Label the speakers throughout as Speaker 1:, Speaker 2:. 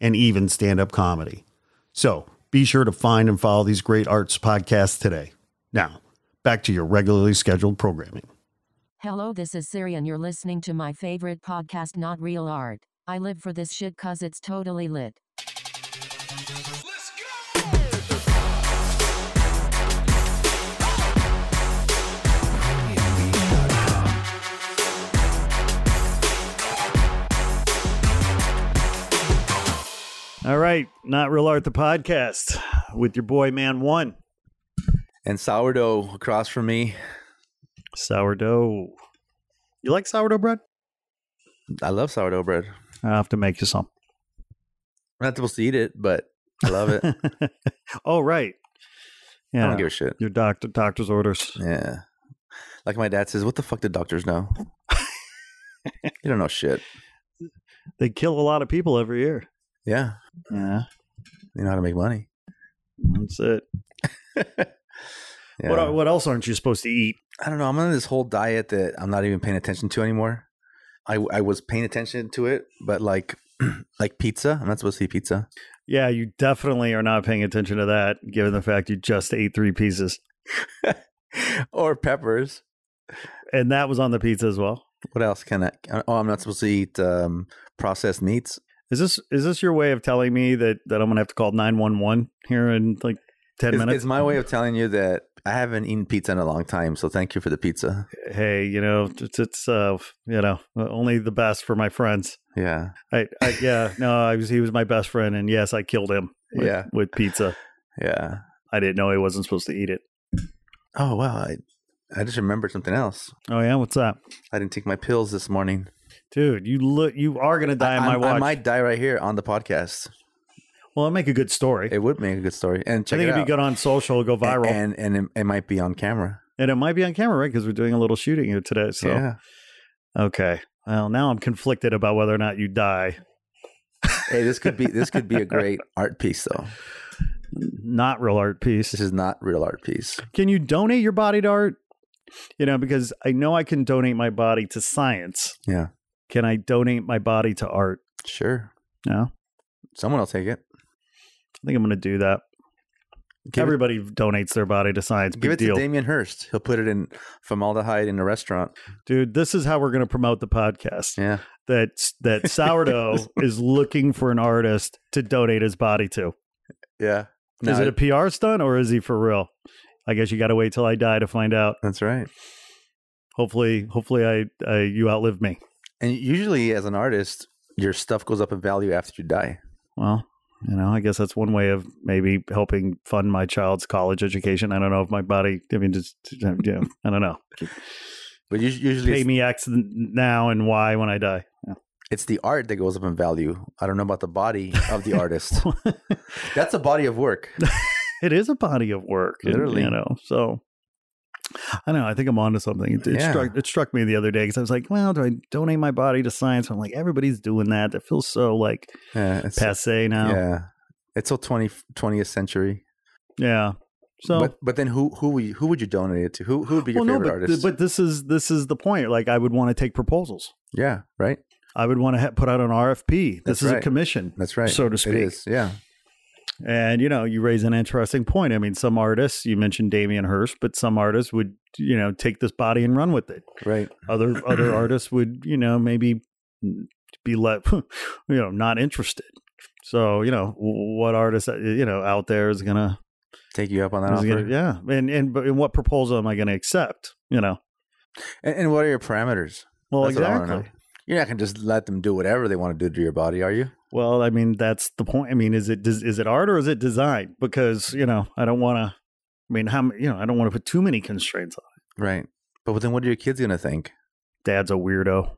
Speaker 1: and even stand up comedy. So be sure to find and follow these great arts podcasts today. Now, back to your regularly scheduled programming.
Speaker 2: Hello, this is Siri, and you're listening to my favorite podcast, Not Real Art. I live for this shit cause it's totally lit.
Speaker 1: All right, Not Real Art, the podcast with your boy, Man One,
Speaker 3: and sourdough across from me.
Speaker 1: sourdough. You like sourdough bread?
Speaker 3: I love sourdough bread.
Speaker 1: I'll have to make you some.
Speaker 3: I'm not supposed to eat it, but I love it.
Speaker 1: oh, right.
Speaker 3: I
Speaker 1: Yeah.
Speaker 3: don't give a shit.
Speaker 1: your doctor doctor's orders.
Speaker 3: Yeah. Like my dad says, what the fuck do doctors know? you don't know shit.
Speaker 1: They kill a lot of people every year.
Speaker 3: Yeah.
Speaker 1: Yeah.
Speaker 3: You know how to make money.
Speaker 1: That's it.
Speaker 3: Yeah.
Speaker 1: What what else aren't you supposed to eat?
Speaker 3: I don't know. I'm on this whole diet that I'm not even paying attention to anymore. I, I was paying attention to it, but like like pizza. I'm not supposed to eat pizza.
Speaker 1: Yeah, you definitely are not paying attention to that, given the fact you just ate three pieces.
Speaker 3: or peppers.
Speaker 1: And that was on the pizza as well.
Speaker 3: What else can I? Oh, I'm not supposed to eat um, processed meats.
Speaker 1: Is this is this your way of telling me that, that I'm gonna have to call nine one one here in like ten
Speaker 3: It's,
Speaker 1: minutes?
Speaker 3: it's my way of telling you that I haven't eaten pizza in a long time, so thank you for the pizza.
Speaker 1: hey, you know, it's it's uh you know, only the best for my friends.
Speaker 3: Yeah,
Speaker 1: I, I yeah, no, I was he was my best friend and yes, I killed him with,
Speaker 3: Yeah.
Speaker 1: with pizza.
Speaker 3: yeah.
Speaker 1: I didn't know he wasn't supposed to eat it.
Speaker 3: Oh wow, I, I just remembered something else.
Speaker 1: Oh yeah, what's that?
Speaker 3: I didn't take my pills this morning.
Speaker 1: Dude, you look you are gonna die
Speaker 3: I,
Speaker 1: on my
Speaker 3: I'm- I
Speaker 1: watch.
Speaker 3: might die right here on the podcast.
Speaker 1: well, I'll make a good story.
Speaker 3: It would make a good story, and
Speaker 1: I
Speaker 3: check
Speaker 1: think
Speaker 3: it
Speaker 1: it'd be
Speaker 3: out.
Speaker 1: good on social, go viral. And,
Speaker 3: and and it, it might be on camera.
Speaker 1: it might be on camera, right? Because we're doing a little shooting here today. So
Speaker 3: yeah,
Speaker 1: okay. Well, now I'm conflicted about whether or not you die.
Speaker 3: hey, this could be this could be a great art piece though.
Speaker 1: Not real art piece.
Speaker 3: This is not real art piece.
Speaker 1: Can you donate your body to art? You know, because I know I can donate my body to science.
Speaker 3: Yeah.
Speaker 1: Can I donate my body to art?
Speaker 3: Sure,
Speaker 1: No.
Speaker 3: someone will take it.
Speaker 1: I think I'm gonna do that.
Speaker 3: Give it-
Speaker 1: Everybody donates their body to science.
Speaker 3: Give
Speaker 1: Big
Speaker 3: it
Speaker 1: deal.
Speaker 3: to Damien Hirst. He'll put it in formaldehyde in a restaurant.
Speaker 1: Dude, this is how we're gonna promote the podcast.
Speaker 3: Yeah.
Speaker 1: that that sourdough is looking for an artist to donate his body to.
Speaker 3: Yeah.
Speaker 1: is
Speaker 3: No,
Speaker 1: it a PR stunt or is he for real? I guess you got to wait till I die to find out.
Speaker 3: That's right.
Speaker 1: Hopefully, hopefully I, I you outlive me.
Speaker 3: And usually, as an artist, your stuff goes up in value after you die.
Speaker 1: Well, you know, I guess that's one way of maybe helping fund my child's college education. I don't know if my body. I mean, just yeah, I don't know.
Speaker 3: But us- usually,
Speaker 1: Pay
Speaker 3: it's,
Speaker 1: me X now and Y when I die.
Speaker 3: it's the art that goes up in value. I don't know about the body of the artist. That's a body of work.
Speaker 1: it is a body of work, and,
Speaker 3: Literally.
Speaker 1: You know, so I don't know. I think I'm onto something. It, it
Speaker 3: Yeah.
Speaker 1: struck it struck me the other day because I was like, well, do I donate my body to science? I'm like, everybody's doing that. That feels so like
Speaker 3: Yeah, it's,
Speaker 1: passe now. Yeah.
Speaker 3: yeah. It's all 20, 20th century.
Speaker 1: So.
Speaker 3: but but then who who would you, who would you donate it to? Who who would be your
Speaker 1: well, no,
Speaker 3: favorite
Speaker 1: but,
Speaker 3: artist?
Speaker 1: but this is this is the point. Like, I would want to take proposals.
Speaker 3: yeah, right.
Speaker 1: I would want to ha- put out an RFP. This
Speaker 3: That's
Speaker 1: is a
Speaker 3: right.
Speaker 1: commission,
Speaker 3: That's right.
Speaker 1: so to
Speaker 3: It
Speaker 1: speak.
Speaker 3: is. Yeah.
Speaker 1: And you know, you raise an interesting point. I mean, some artists you mentioned Damien Hirst, but some artists would you know take this body and run with it.
Speaker 3: Right.
Speaker 1: other other artists would you know maybe be let you know not interested so you know w- what artist uh, you know out there is gonna,
Speaker 3: Take you up on that
Speaker 1: is
Speaker 3: offer.
Speaker 1: gonna yeah and, and but and what proposal am i gonna accept you know
Speaker 3: and, and what are your parameters?
Speaker 1: well
Speaker 3: That's what I wanna
Speaker 1: exactly
Speaker 3: You're not gonna just let them do whatever they want to do to your body, are you?
Speaker 1: well i mean that's the point i mean is it does, is it art or is it design because you know i don't want to i mean how m- you know i don't want to put too many constraints on it.
Speaker 3: Right. But then, what are your kids gonna think?
Speaker 1: dad's a weirdo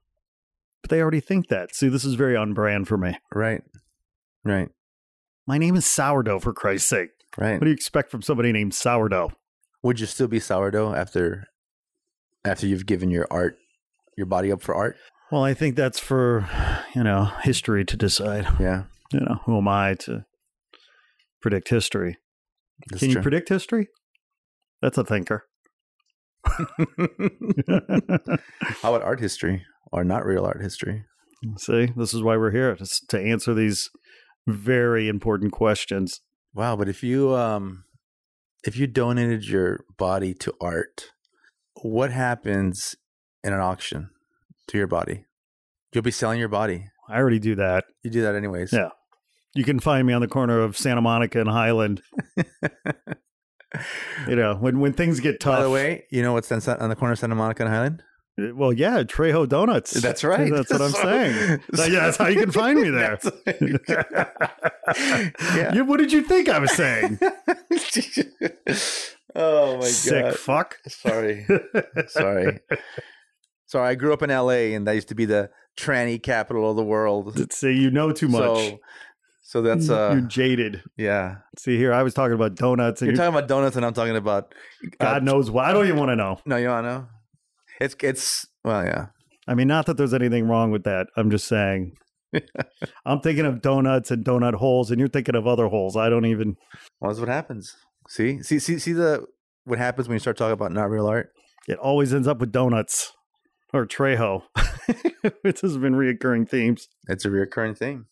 Speaker 1: but they already think that see this is very on brand for me
Speaker 3: Right. Right.
Speaker 1: My name is Sourdough, for Christ's sake.
Speaker 3: Right.
Speaker 1: What do you expect from somebody named Sourdough?
Speaker 3: Would you still be sourdough after after you've given your art your body up for art?
Speaker 1: Well, I think that's for, you know, history to decide.
Speaker 3: Yeah.
Speaker 1: You know, who am I to predict history?
Speaker 3: that's
Speaker 1: Can you
Speaker 3: true.
Speaker 1: predict history? That's a thinker.
Speaker 3: How about art history or not real art history?
Speaker 1: See, this is why we're here is to answer these very important questions.
Speaker 3: Wow, but if you um if you donated your body to art, what happens in an auction to your body? You'll be selling your body.
Speaker 1: I already do that.
Speaker 3: You do that anyways.
Speaker 1: Yeah. You can find me on the corner of Santa Monica and Highland. You know, when when things get tough. eh,
Speaker 3: By the way, you know what's on Sa- on the corner of Santa Monica and Highland?
Speaker 1: well, yeah, Trejo Donuts.
Speaker 3: That's right.
Speaker 1: That's what I'm
Speaker 3: So-
Speaker 1: saying. That- yeah, that's how you can find me there.
Speaker 3: That's- yeah.
Speaker 1: You- what did you think I was saying?
Speaker 3: oh my
Speaker 1: Sick
Speaker 3: god.
Speaker 1: fuck.
Speaker 3: Sorry. Sorry. Sorry, I grew up in LA and that used to be the tranny capital of the world.
Speaker 1: See, you know too much.
Speaker 3: So, so that's uh
Speaker 1: You're jaded.
Speaker 3: yeah.
Speaker 1: See here, I was talking about donuts, and
Speaker 3: You're
Speaker 1: you
Speaker 3: talking about donuts and I'm talking about
Speaker 1: God knows what. I don't even want to know.
Speaker 3: no, you wanna know? It's it's well yeah.
Speaker 1: I mean, not that there's anything wrong with that. I'm just saying. I'm thinking of donuts and donut holes, and you're thinking of other holes. I don't even.
Speaker 3: Well, that's what happens. See? See see see the what happens when you start talking about not real art?
Speaker 1: It always ends up with donuts or Trejo. this has been reoccurring themes.
Speaker 3: It's a recurring thing.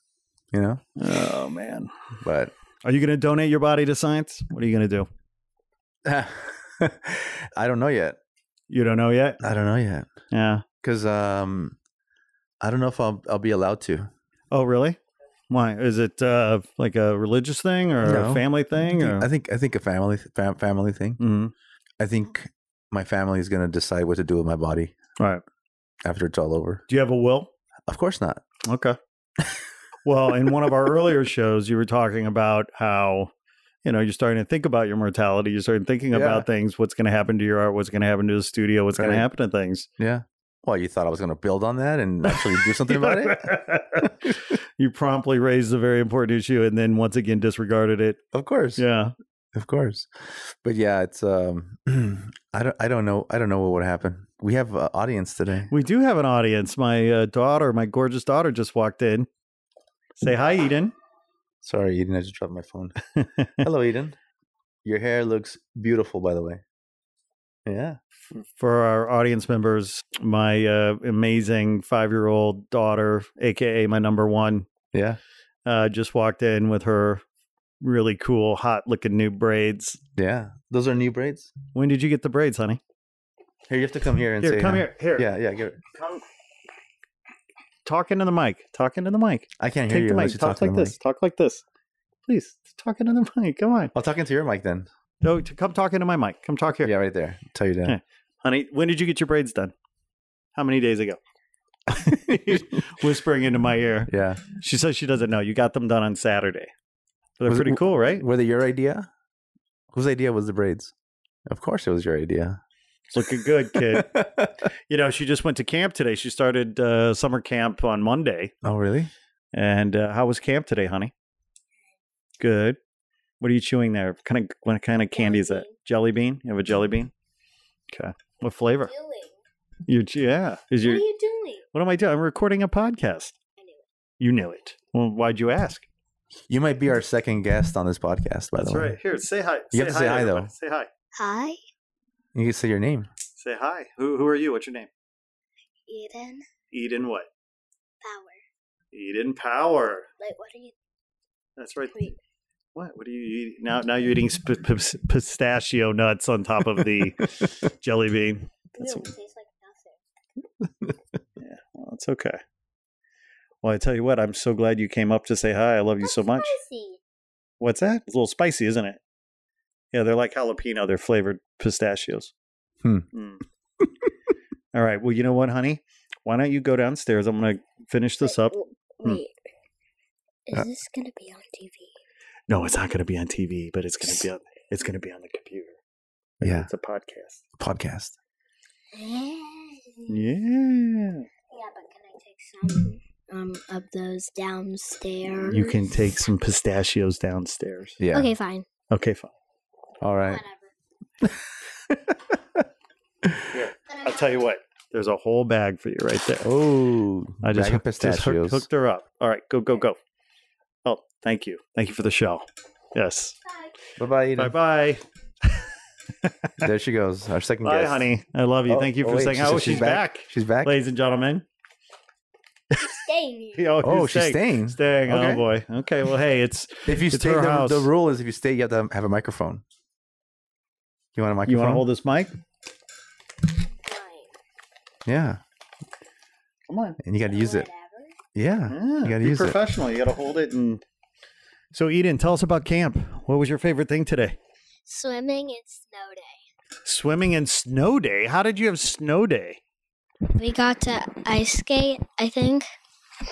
Speaker 3: You know?
Speaker 1: Oh man,
Speaker 3: But
Speaker 1: are you going to donate your body to science? What are you going to do?
Speaker 3: I don't know yet.
Speaker 1: You don't know yet.
Speaker 3: I don't know yet.
Speaker 1: Yeah.
Speaker 3: Cause um I don't know if I'll I'll be allowed to.
Speaker 1: Oh really? Why is it uh, like a religious thing or a
Speaker 3: No.
Speaker 1: family thing? Or?
Speaker 3: I think I think a family fam- family thing.
Speaker 1: Mhm.
Speaker 3: I think my family is going to decide what to do with my body
Speaker 1: Right.
Speaker 3: after it's all over.
Speaker 1: Do you have a will?
Speaker 3: Of course not.
Speaker 1: Okay. well, in one of our earlier shows, you were talking about how, you know, you're starting to think about your mortality. You're starting thinking
Speaker 3: Yeah.
Speaker 1: about things, what's going to happen to your art, what's going to happen to the studio, what's going
Speaker 3: Right.
Speaker 1: to happen to things.
Speaker 3: Yeah. Well, you thought I was going to build on that and actually do something about it?
Speaker 1: you promptly raised a very important issue and then once again disregarded it.
Speaker 3: Of course.
Speaker 1: Yeah.
Speaker 3: Of course. But yeah, it's um I don't I don't know I don't know what would happen. We have an audience today.
Speaker 1: We do have an audience. My uh, daughter, my gorgeous daughter, just walked in. Say hi, Eden.
Speaker 3: Sorry, Eden, I just dropped my phone. Hello, Eden. Your hair looks beautiful by the way. Yeah.
Speaker 1: for our audience members, my uh, amazing five year old daughter, aka my number one,
Speaker 3: Yeah.
Speaker 1: uh, just walked in with her really cool, hot looking new braids.
Speaker 3: Yeah. Those are new braids.
Speaker 1: When did you get the braids, honey?
Speaker 3: Here, you have to come here and
Speaker 1: Here,
Speaker 3: say
Speaker 1: come
Speaker 3: hi.
Speaker 1: here. Here,
Speaker 3: Yeah, yeah, give it.
Speaker 1: talk into the mic. Talk into the mic.
Speaker 3: I can't hear
Speaker 1: Take
Speaker 3: you
Speaker 1: the
Speaker 3: unless
Speaker 1: mic.
Speaker 3: you
Speaker 1: Talk,
Speaker 3: talk, to
Speaker 1: like
Speaker 3: the mic.
Speaker 1: this. Talk like this. Please talk into the mic. Come on.
Speaker 3: I'll talk into Oh, your mic then.
Speaker 1: No, t- come talk into my mic. Come talk here,
Speaker 3: Yeah, right there. Tell you
Speaker 1: Yeah.
Speaker 3: that.
Speaker 1: honey. When did you get your braids done? How many days ago? Whispering into my ear.
Speaker 3: yeah.
Speaker 1: She says she doesn't know. You got them done on Saturday. They're
Speaker 3: Was it-
Speaker 1: pretty cool, right?
Speaker 3: Were they your idea? Whose idea was the braids? Of course it was your idea.
Speaker 1: It's looking good, kid. you know, she just went to camp today. She started uh, summer camp on Monday.
Speaker 3: oh, really?
Speaker 1: And uh, how was camp today, honey? Good. What are you chewing there? What kind of what kind of candy is that? Jelly bean. You have a jelly bean. Okay. What flavor?
Speaker 4: doing?
Speaker 1: You yeah. Is
Speaker 4: What
Speaker 1: your
Speaker 4: are you doing?
Speaker 1: what am I doing? I'm recording a podcast.
Speaker 4: I knew it.
Speaker 1: You knew it. Well, why'd you ask?
Speaker 3: You might be our second guest on this podcast, by the way.
Speaker 1: Here, say hi.
Speaker 3: You have to say hi, though.
Speaker 1: everybody. Say hi.
Speaker 4: Hi,
Speaker 3: You can say your name.
Speaker 1: Say hi. Who who are you? What's your name?
Speaker 4: Eden
Speaker 1: Eden what?
Speaker 4: Power.
Speaker 1: Eden Power.
Speaker 4: Like, what are you?
Speaker 1: That's right.
Speaker 4: Wait.
Speaker 1: What? What are you eating now? Now you're eating sp- p- pistachio nuts on top of the jelly bean. That's
Speaker 4: Ew,
Speaker 1: what-
Speaker 4: tastes like nothing.
Speaker 1: Well, it's okay. Well, I tell you what, I'm so glad you came up to say hi. I love you so much.
Speaker 4: Spicy.
Speaker 1: What's that? It's a little spicy, isn't it? Yeah, they're like jalapeno. They're flavored pistachios.
Speaker 3: Hmm.
Speaker 1: Mm. All right. Well, you know what, honey? Why don't you go downstairs? I'm going to finish this up.
Speaker 4: W-
Speaker 1: Hmm.
Speaker 4: Wait. Is
Speaker 3: Uh,
Speaker 4: this gonna be on TV?
Speaker 1: No, it's not going to be on TV, but it's going to be on. It's going to be on the computer.
Speaker 3: Yeah.
Speaker 1: It's a podcast.
Speaker 3: Podcast.
Speaker 4: yeah,
Speaker 1: Yeah.
Speaker 4: but can I take some? um of those downstairs.
Speaker 5: You can take some pistachios downstairs.
Speaker 3: Yeah.
Speaker 4: Okay, fine.
Speaker 5: Okay, fine.
Speaker 3: All right.
Speaker 4: Whatever.
Speaker 5: I'll tell you what. There's a whole bag for you right there.
Speaker 3: Oh,
Speaker 5: I just, hooked,
Speaker 3: bag of
Speaker 5: just hooked-
Speaker 3: pistachios.
Speaker 5: hooked her up. All right, go, go, go. Oh, thank you. Thank you for the shell. Yes.
Speaker 3: Bye bye,
Speaker 1: Bye
Speaker 3: Eden.
Speaker 1: bye.
Speaker 3: There she goes. Our second
Speaker 5: Bye,
Speaker 3: guest.
Speaker 5: honey. I love you.
Speaker 3: Oh,
Speaker 5: Thank you
Speaker 3: oh,
Speaker 5: for
Speaker 3: wait,
Speaker 5: saying.
Speaker 3: she
Speaker 5: Oh,
Speaker 3: said
Speaker 5: she's, back.
Speaker 3: She's back.
Speaker 5: ladies and gentlemen.
Speaker 4: Staying here.
Speaker 5: Oh,
Speaker 3: Oh,
Speaker 5: you're
Speaker 3: she's staying.
Speaker 5: Staying.
Speaker 3: Okay.
Speaker 5: Oh boy. Okay. Well, hey, it's
Speaker 3: If you
Speaker 5: It's
Speaker 3: stay,
Speaker 5: her
Speaker 3: the,
Speaker 5: house.
Speaker 3: the rule is if you stay, you have to have a microphone. You want a microphone?
Speaker 5: you want to hold this mic?
Speaker 4: Fine.
Speaker 3: yeah,
Speaker 5: Come on.
Speaker 3: and you got to use it.
Speaker 4: Whatever.
Speaker 3: Yeah. You gotta
Speaker 1: be
Speaker 3: use it.
Speaker 1: professional. You got to hold it and. So, Eden, tell us about camp. What was your favorite thing today?
Speaker 4: Swimming and snow day.
Speaker 1: Swimming and snow day. How did you have snow day?
Speaker 4: We got to ice skate. I think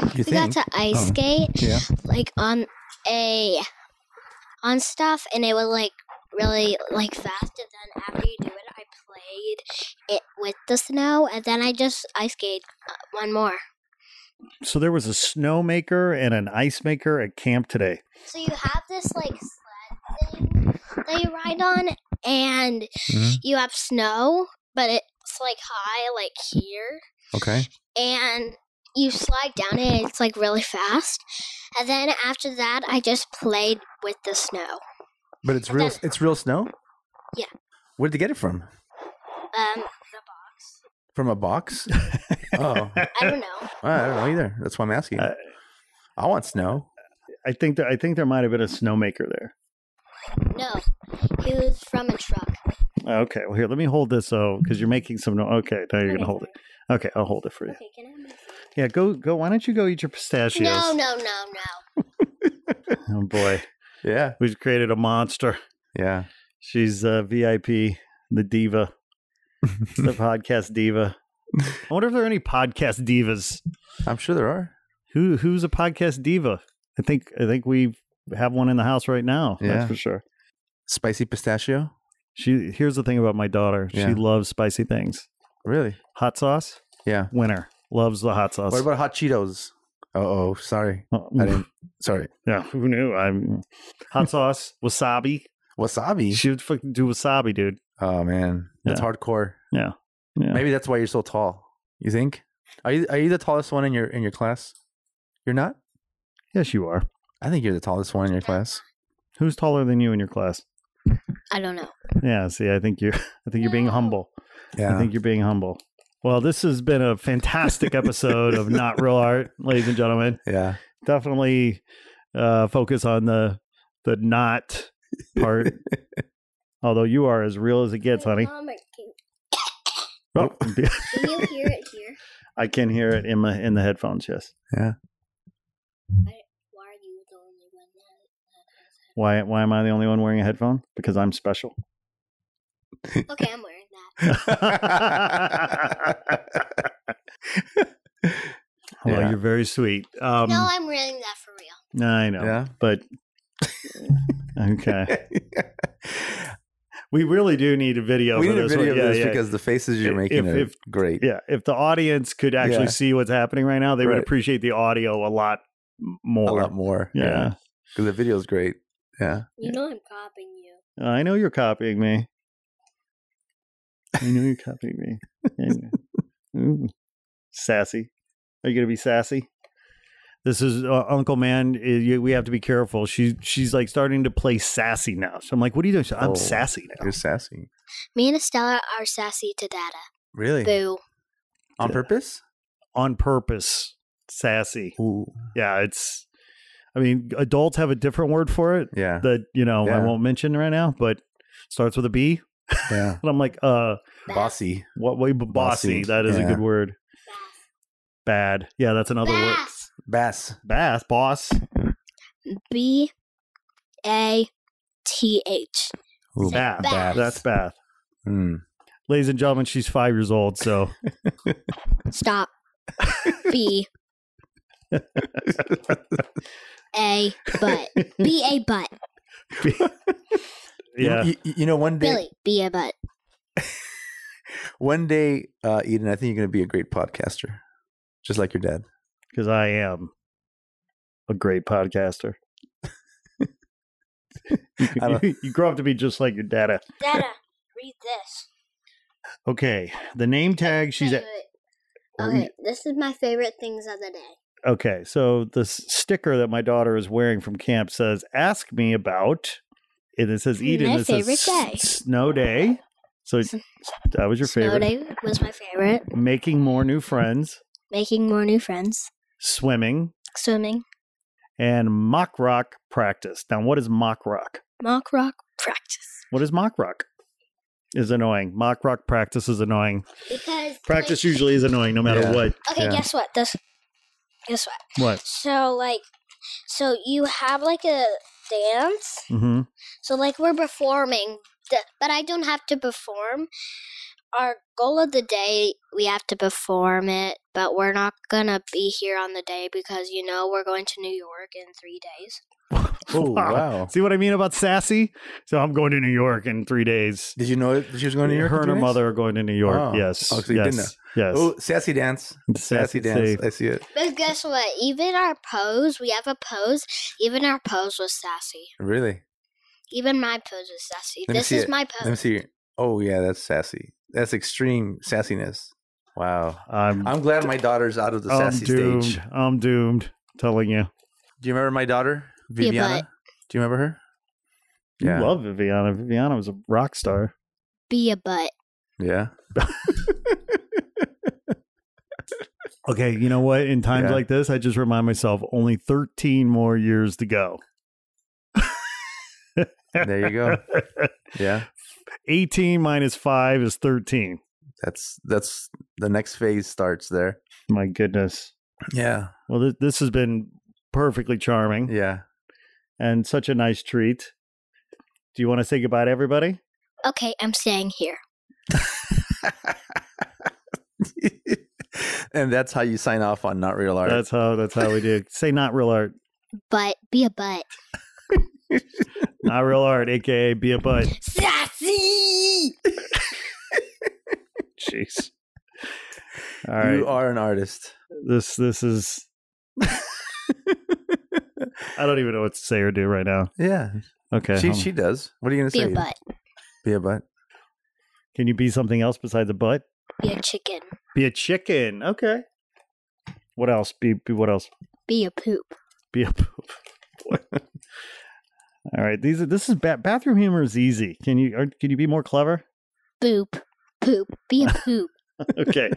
Speaker 3: You
Speaker 4: we got
Speaker 3: think?
Speaker 4: to ice
Speaker 3: Oh.
Speaker 4: skate
Speaker 3: Yeah.
Speaker 4: like on a on stuff, and it was like really like fast. And then after you do it, I played it with the snow, and then I just ice skated uh, one more.
Speaker 1: So there was a snow maker and an ice maker at camp today.
Speaker 4: So you have this like sled thing that you ride on, and
Speaker 3: Mhm.
Speaker 4: you have snow, but it's like high, like here,
Speaker 3: Okay.
Speaker 4: and you slide down it. And it's like really fast, and then after that, I just played with the snow.
Speaker 3: But it's
Speaker 4: And
Speaker 3: real.
Speaker 4: then-
Speaker 3: It's real snow.
Speaker 4: Yeah.
Speaker 3: Where did you get it from?
Speaker 4: Um, the box.
Speaker 3: From a box? oh, I
Speaker 4: I don't know.
Speaker 3: don't know either. That's why I'm asking.
Speaker 1: Uh,
Speaker 3: I want snow.
Speaker 1: I think there, I think there might have been a snow maker there.
Speaker 4: No, he was from a truck.
Speaker 1: Okay, well here, let me hold this so because you're making some no Okay, now you're gonna hold it. Okay, I'll hold it for you.
Speaker 4: Okay, can I? have my phone?
Speaker 1: Yeah, go go. Why don't you go eat your pistachios?
Speaker 4: No, no, no, no.
Speaker 1: Oh boy,
Speaker 3: Yeah.
Speaker 1: we've created a monster.
Speaker 3: Yeah.
Speaker 1: She's uh, VIP, the diva, the podcast diva. I wonder if there are any podcast divas.
Speaker 3: I'm sure there are.
Speaker 1: Who who's a podcast diva? I think I think we have one in the house right now.
Speaker 3: Yeah.
Speaker 1: That's for sure.
Speaker 3: Spicy pistachio.
Speaker 1: She here's the thing about my daughter.
Speaker 3: Yeah.
Speaker 1: She loves spicy things.
Speaker 3: Really?
Speaker 1: Hot sauce,
Speaker 3: Yeah.
Speaker 1: winner. Loves the hot sauce.
Speaker 3: What about hot Cheetos? Uh oh. Sorry.
Speaker 1: Oh,
Speaker 3: I didn't. Sorry.
Speaker 1: yeah, who knew? I'm hot sauce, wasabi.
Speaker 3: Wasabi.
Speaker 1: She would fucking do wasabi, dude.
Speaker 3: Oh man, that's
Speaker 1: Yeah.
Speaker 3: hardcore.
Speaker 1: Yeah.
Speaker 3: Maybe that's why you're so tall. You think? Are you are you the tallest one in your in your class? You're not.
Speaker 1: Yes, you are.
Speaker 3: I think you're the tallest one in your class.
Speaker 1: Who's taller than you in your class?
Speaker 4: I don't know.
Speaker 1: Yeah, see, I think you're I think you're being
Speaker 4: No.
Speaker 1: humble.
Speaker 3: Yeah.
Speaker 1: I think you're being humble. Well, this has been a fantastic episode of Not Real Art, ladies and gentlemen.
Speaker 3: yeah.
Speaker 1: Definitely uh, focus on the the not part. Although you are as real as it gets, honey.
Speaker 4: Mama, can,
Speaker 1: Oh,
Speaker 4: can you hear it here?
Speaker 1: I can hear it in my in the headphones. Yes.
Speaker 4: Why are you the only one that
Speaker 1: Why why am I the only one wearing a headphone? Because I'm special.
Speaker 4: has that? Okay, I'm wearing that.
Speaker 1: Well,
Speaker 3: Yeah.
Speaker 1: you're very sweet. Um,
Speaker 4: no, I'm wearing that for real.
Speaker 1: I know,
Speaker 3: Yeah.
Speaker 1: but okay. We really do need a video.
Speaker 3: we
Speaker 1: for
Speaker 3: need a
Speaker 1: this
Speaker 3: video
Speaker 1: one.
Speaker 3: of
Speaker 1: Yeah,
Speaker 3: this
Speaker 1: yeah.
Speaker 3: because the faces you're
Speaker 1: If-
Speaker 3: making are
Speaker 1: if-
Speaker 3: great.
Speaker 1: yeah if the audience could actually
Speaker 3: Yeah.
Speaker 1: see what's happening right now they would
Speaker 3: Right.
Speaker 1: appreciate the audio a lot m- more
Speaker 3: A lot more.
Speaker 1: yeah.
Speaker 3: Because the video is great. Yeah.
Speaker 4: You know I'm copying you.
Speaker 1: Uh, i know you're copying me i know you're copying me Yeah. Ooh. sassy are you gonna be sassy this is uh, uncle man uh, you, we have to be careful she, she's like starting to play sassy now so i'm like what are you doing She's like, i'm
Speaker 3: Oh,
Speaker 1: sassy now
Speaker 3: You're sassy.
Speaker 4: Me and Estella are sassy to data.
Speaker 3: Really?
Speaker 4: Boo.
Speaker 3: On purpose?
Speaker 1: on purpose sassy
Speaker 3: Ooh.
Speaker 1: yeah it's i mean adults have a different word for it
Speaker 3: Yeah.
Speaker 1: that you know I
Speaker 3: Yeah.
Speaker 1: won't mention right now, but starts with a B.
Speaker 3: yeah.
Speaker 1: And I'm like, uh,
Speaker 3: Bossy.
Speaker 1: what way bossy?
Speaker 3: Bossy,
Speaker 1: That is a
Speaker 3: yeah.
Speaker 1: good word. Bad. Yeah, that's another word.
Speaker 4: Bass.
Speaker 3: Bass.
Speaker 1: Bath, boss.
Speaker 4: B A T H.
Speaker 3: Ooh,
Speaker 1: Bath.
Speaker 4: bath.
Speaker 1: That's bath.
Speaker 3: Mm.
Speaker 1: Ladies and gentlemen, she's five years old, so
Speaker 4: Stop. B A butt. B A butt.
Speaker 1: yeah.
Speaker 3: You, you- you know, one day,
Speaker 4: Billy. B A butt.
Speaker 3: one day, uh, Eden, I think you're going to be a great podcaster, just like your dad.
Speaker 1: because I am a great podcaster.
Speaker 3: I don't-
Speaker 1: you grow up to be just like your data.
Speaker 4: Dada, read this.
Speaker 1: Okay, the name tag. She's
Speaker 4: Wait,
Speaker 1: at.
Speaker 4: wait, wait. Okay, this is my favorite things of the day.
Speaker 1: Okay, so the s- sticker that my daughter is wearing from camp says, "Ask me about," and it says Eden.
Speaker 4: My
Speaker 1: it says s-
Speaker 4: favorite day.
Speaker 1: Snow day. So
Speaker 4: S-
Speaker 1: that was your
Speaker 4: Snow
Speaker 1: favorite.
Speaker 4: day was my favorite.
Speaker 1: Making more new friends,
Speaker 4: Making more new friends.
Speaker 1: swimming,
Speaker 4: Swimming.
Speaker 1: and mock rock practice. Now, what is mock rock?
Speaker 4: Mock rock practice.
Speaker 1: What is mock rock? Is annoying. Mock rock practice is annoying.
Speaker 4: Because
Speaker 1: Practice usually is annoying no matter
Speaker 3: Yeah.
Speaker 1: what.
Speaker 4: Okay,
Speaker 3: yeah.
Speaker 4: guess what? This. Guess what?
Speaker 1: What?
Speaker 4: So like, so you have like a dance.
Speaker 1: Mm-hmm.
Speaker 4: So like we're performing, th- but I don't have to perform. Our goal of the day, we have to perform it, but we're not gonna be here on the day because you know we're going to New York in three days.
Speaker 3: Oh wow!
Speaker 1: See what I mean about sassy? So I'm going to New York in three days.
Speaker 3: Did you know that she was going to New York?
Speaker 1: Her
Speaker 3: in
Speaker 1: and her
Speaker 3: two days?
Speaker 1: mother are going to New York.
Speaker 3: Oh.
Speaker 1: Yes.
Speaker 3: Oh, so you didn't
Speaker 1: yes. Yes.
Speaker 3: Oh, sassy dance, sassy dance.
Speaker 1: see.
Speaker 3: I see it.
Speaker 4: But guess what? Even our pose, we have a pose. Even our pose was sassy.
Speaker 3: Really?
Speaker 4: Even my pose was sassy.
Speaker 3: Let me
Speaker 4: this
Speaker 3: see
Speaker 4: is
Speaker 3: it.
Speaker 4: my
Speaker 3: Let me
Speaker 4: pose.
Speaker 3: see. Oh yeah, that's sassy. That's extreme sassiness. Wow.
Speaker 1: I'm,
Speaker 3: I'm glad my daughter's out of the
Speaker 1: I'm
Speaker 3: sassy
Speaker 1: doomed.
Speaker 3: stage.
Speaker 1: I'm doomed. Telling you.
Speaker 3: Do you remember my daughter,
Speaker 4: Yeah,
Speaker 3: Viviana?
Speaker 4: but-
Speaker 3: Do you remember her?
Speaker 1: You love Viviana. Viviana was a rock star.
Speaker 4: Be a butt.
Speaker 3: Yeah.
Speaker 1: Okay, you know what? In times
Speaker 3: Yeah.
Speaker 1: like this, I just remind myself only 13 more years to go.
Speaker 3: There you go. Yeah.
Speaker 1: 18 minus 5 is 13.
Speaker 3: That's that's the next phase starts there.
Speaker 1: My goodness.
Speaker 3: Yeah.
Speaker 1: Well, th- this has been perfectly charming
Speaker 3: Yeah.
Speaker 1: and such a nice treat. Do you want to say goodbye to everybody?
Speaker 4: Okay, I'm staying here.
Speaker 3: and that's how you sign off on not real art.
Speaker 1: That's how that's how we do. it. say not real art.
Speaker 4: But be a butt.
Speaker 1: Not real art, aka be a butt.
Speaker 4: Sassy.
Speaker 1: Jeez. All right.
Speaker 3: You are an artist.
Speaker 1: this this is I don't even know what to say or do right now.
Speaker 3: Yeah.
Speaker 1: Okay. um,
Speaker 3: She
Speaker 1: hold on.
Speaker 3: she does. What are you gonna
Speaker 4: Be
Speaker 3: say?
Speaker 4: a butt.
Speaker 3: Be a butt.
Speaker 1: Can you be something else besides a butt?
Speaker 4: Be a chicken.
Speaker 1: Be a chicken. Okay. What else? Be, be what else?
Speaker 4: Be a poop.
Speaker 1: Be a poop. Boy. All right. These are this is ba- bathroom humor is easy. Can you are, can you be more clever?
Speaker 4: Boop. Poop. Be a poop.
Speaker 1: Okay.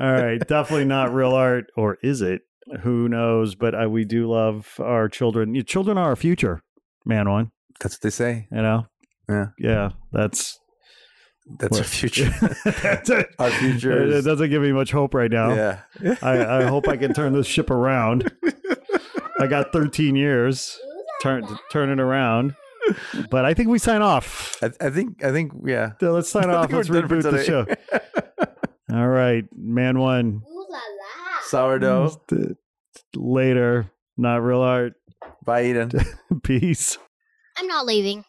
Speaker 1: All right. Definitely not real art, or is it? Who knows? But I, we do love our children. Your children are our future, man. One,
Speaker 3: That's what they say.
Speaker 1: you know.
Speaker 3: Yeah.
Speaker 1: Yeah. That's
Speaker 3: That's our
Speaker 1: What?
Speaker 3: future.
Speaker 1: that's it.
Speaker 3: Our future
Speaker 1: It- It
Speaker 3: is-
Speaker 1: doesn't give me much hope right now.
Speaker 3: Yeah.
Speaker 1: I, I hope I can turn this ship around. I got 13 years turn to turn it around, but I think we sign off.
Speaker 3: I, I think I think yeah.
Speaker 1: So Let's sign
Speaker 3: I
Speaker 1: off.
Speaker 3: think
Speaker 1: Let's
Speaker 3: we're done for
Speaker 1: reboot the show.
Speaker 3: today.
Speaker 1: All right, man. One uh,
Speaker 4: Ooh la la.
Speaker 3: Sourdough.
Speaker 1: later. Not real art.
Speaker 3: Bye, Eden.
Speaker 1: Peace.
Speaker 4: I'm not leaving.